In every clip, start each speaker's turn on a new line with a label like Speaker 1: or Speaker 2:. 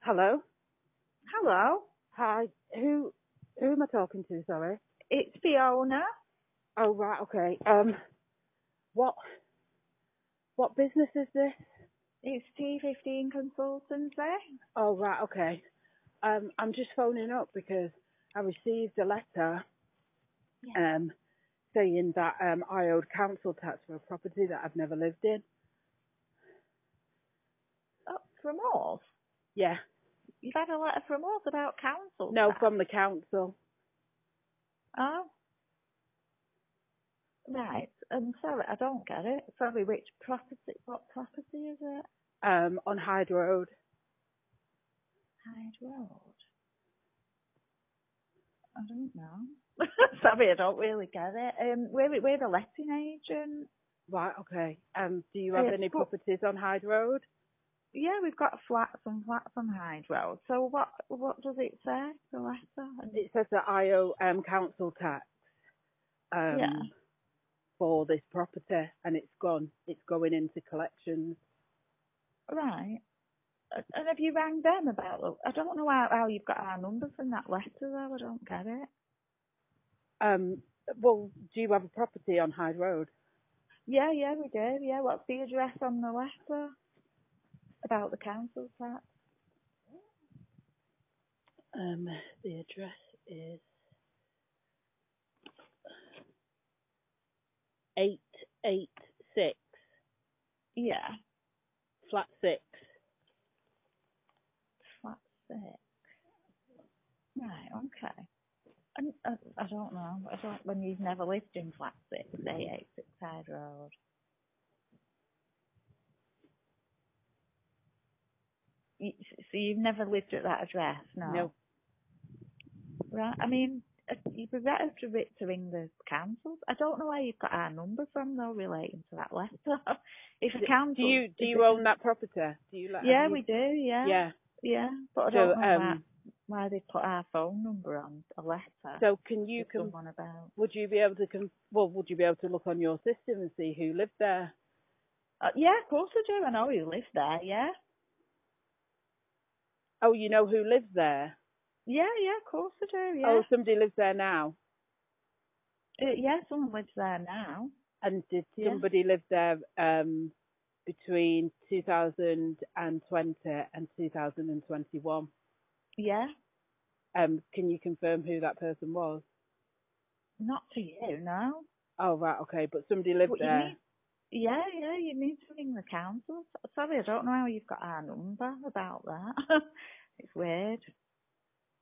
Speaker 1: Hello.
Speaker 2: Hello,
Speaker 1: Hi. Who who am I talking to, sorry?
Speaker 2: it's Fiona.
Speaker 1: Oh right, okay. Um what what business is this?
Speaker 2: It's T15 Consultancy.
Speaker 1: Oh right, okay. Um I'm just phoning up because I received a letter
Speaker 2: Yeah.
Speaker 1: um saying that um I owed council tax for a property that I've never lived in.
Speaker 2: Oh, from us?
Speaker 1: Yeah.
Speaker 2: You've had a letter from us about council?
Speaker 1: No,
Speaker 2: tax?
Speaker 1: from the council.
Speaker 2: Oh. Right. I'm sorry, I don't get it. Sorry, which property? What property is it?
Speaker 1: Um on Hyde Road.
Speaker 2: Hyde Road. I don't know. sorry, I don't really get it. Um, we're we're the letting agent.
Speaker 1: Right, okay. Um do you have
Speaker 2: Yeah,
Speaker 1: any
Speaker 2: but-
Speaker 1: properties on Hyde Road?
Speaker 2: Yeah, we've got flats and flats on Hyde Road. So what what does it say? The letter?
Speaker 1: It says that I owe um, council tax um,
Speaker 2: Yeah.
Speaker 1: for this property, and it's gone. It's going into collections.
Speaker 2: Right. And and have you rang them about the I don't know how, how you've got our number from that letter though, I don't get it.
Speaker 1: Um, well, do you have a property on Hyde Road?
Speaker 2: Yeah, yeah, we do. Yeah, what's the address on the letter? About the council tax?
Speaker 1: Um, the address is eight eight six
Speaker 2: Yeah.
Speaker 1: flat six.
Speaker 2: Flat six. Right, okay. And, uh, I don't know. I don't. When you've never lived in flat six, eight eight six Hyde Road. You, so you've never lived at that address, no?
Speaker 1: No.
Speaker 2: Right. I mean, uh, you'd be better to, ri- to ring the council. I don't know where you've got our number from though, relating to that letter. if a council,
Speaker 1: Do you do
Speaker 2: if
Speaker 1: you
Speaker 2: it-
Speaker 1: own that property? Do you let?
Speaker 2: Yeah,
Speaker 1: have you-
Speaker 2: we do. Yeah.
Speaker 1: Yeah.
Speaker 2: Yeah. But I
Speaker 1: So,
Speaker 2: don't know why,
Speaker 1: um,
Speaker 2: why they put our phone number on a letter.
Speaker 1: So can you
Speaker 2: with
Speaker 1: can
Speaker 2: someone about.
Speaker 1: would you be able to con- well would you be able to look on your system and see who lived there?
Speaker 2: Uh, yeah, of course I do. I know you live there. Yeah.
Speaker 1: Oh, you know who lives there?
Speaker 2: Yeah, yeah, of course I do. Yeah.
Speaker 1: Oh, somebody lives there now.
Speaker 2: Uh, yeah, someone lives there now.
Speaker 1: And did
Speaker 2: Yeah.
Speaker 1: somebody live there um, between 2020 and 2021?
Speaker 2: Yeah.
Speaker 1: Um, can you confirm who that person was?
Speaker 2: Not to you, no.
Speaker 1: Oh, right, okay, but uh, somebody lived
Speaker 2: But you
Speaker 1: there.
Speaker 2: need, yeah, yeah, you need to ring the council. S- Sorry, I don't know how you've got our number about that. it's weird.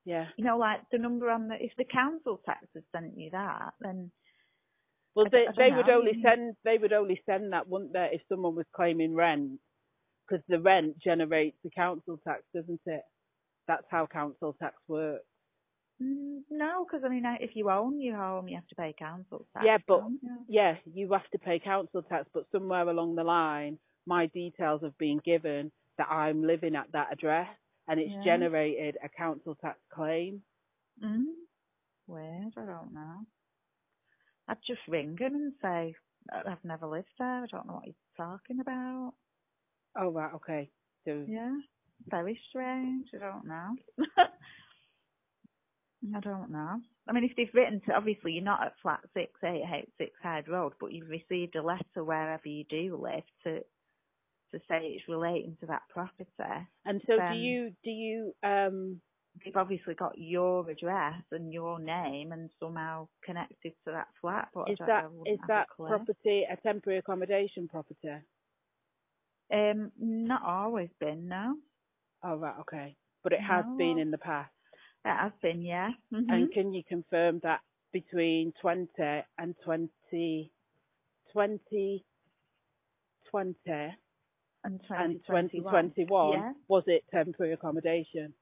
Speaker 1: Yeah.
Speaker 2: You know, like the number on the, if the council tax has sent you that, then
Speaker 1: Well,
Speaker 2: I d-
Speaker 1: they
Speaker 2: I don't
Speaker 1: they would
Speaker 2: know,
Speaker 1: only
Speaker 2: you need-
Speaker 1: send they would only send that, wouldn't they, if someone was claiming rent? Because the rent generates the council tax, doesn't it? That's how council tax works.
Speaker 2: mm, no, because I mean, I- if you own your home, you have to pay council tax.
Speaker 1: Yeah, but-
Speaker 2: don't you?
Speaker 1: yeah, you have to pay council tax, but somewhere along the line, my details have been given that I'm living at that address and it's
Speaker 2: Yeah.
Speaker 1: generated a council tax claim.
Speaker 2: Mm, weird, I don't know. I'd just ring them and say, "I- I've never lived there, I don't know what you're talking about.
Speaker 1: Oh, right, okay. So,
Speaker 2: Yeah, very strange. I don't know. I don't know. I mean, if they've written to, obviously you're not at flat 6886 Hyde Road, but you've received a letter wherever you do live to to say it's relating to that property.
Speaker 1: and so do
Speaker 2: Um,
Speaker 1: you, do you, um,
Speaker 2: They've obviously got your address and your name and somehow connected to that flat, but
Speaker 1: is
Speaker 2: I don't
Speaker 1: that,
Speaker 2: know. I wouldn't
Speaker 1: is
Speaker 2: have a
Speaker 1: that
Speaker 2: clue.
Speaker 1: property a temporary accommodation property?
Speaker 2: Um, not always been, no.
Speaker 1: Oh, right, okay. But it has been
Speaker 2: No.
Speaker 1: in the past.
Speaker 2: It has been, yeah. hmm
Speaker 1: And can you confirm that between 20 and 20, 20, 20
Speaker 2: and
Speaker 1: and
Speaker 2: 2021.
Speaker 1: 2021,
Speaker 2: Yeah.
Speaker 1: was it temporary accommodation?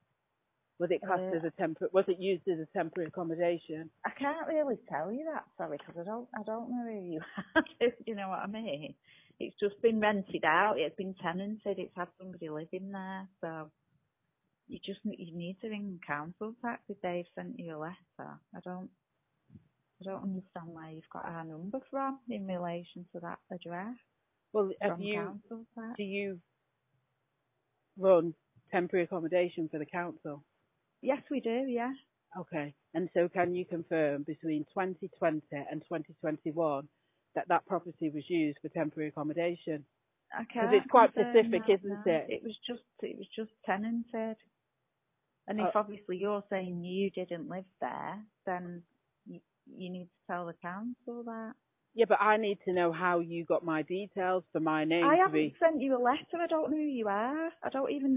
Speaker 1: Was it classed
Speaker 2: Uh,
Speaker 1: as a temporary? Was it used as a temporary accommodation?
Speaker 2: I can't really tell you that, sorry, because I don't, I don't know who you are. Do you know what I mean? It's just been rented out. It's been tenanted. It's had somebody living there. So you just ne- you need to ring council tax if they've sent you a letter. I don't, I don't understand where you've got our number from in relation to that address
Speaker 1: Well, have
Speaker 2: from
Speaker 1: you
Speaker 2: council tax.
Speaker 1: do you run temporary accommodation for the council?
Speaker 2: Yes, we do. Yeah.
Speaker 1: Okay. And so can you confirm between 2020 and 2021 that that property was used for temporary accommodation?
Speaker 2: Okay.
Speaker 1: 'Cause it's quite specific, isn't it?
Speaker 2: It was just it was just tenanted. And if
Speaker 1: Oh.
Speaker 2: obviously you're saying you didn't live there, then you, you need to tell the council that.
Speaker 1: Yeah, but I need to know how you got my details for my name
Speaker 2: I
Speaker 1: to be
Speaker 2: haven't sent you a letter. I don't know who you are. I don't even know.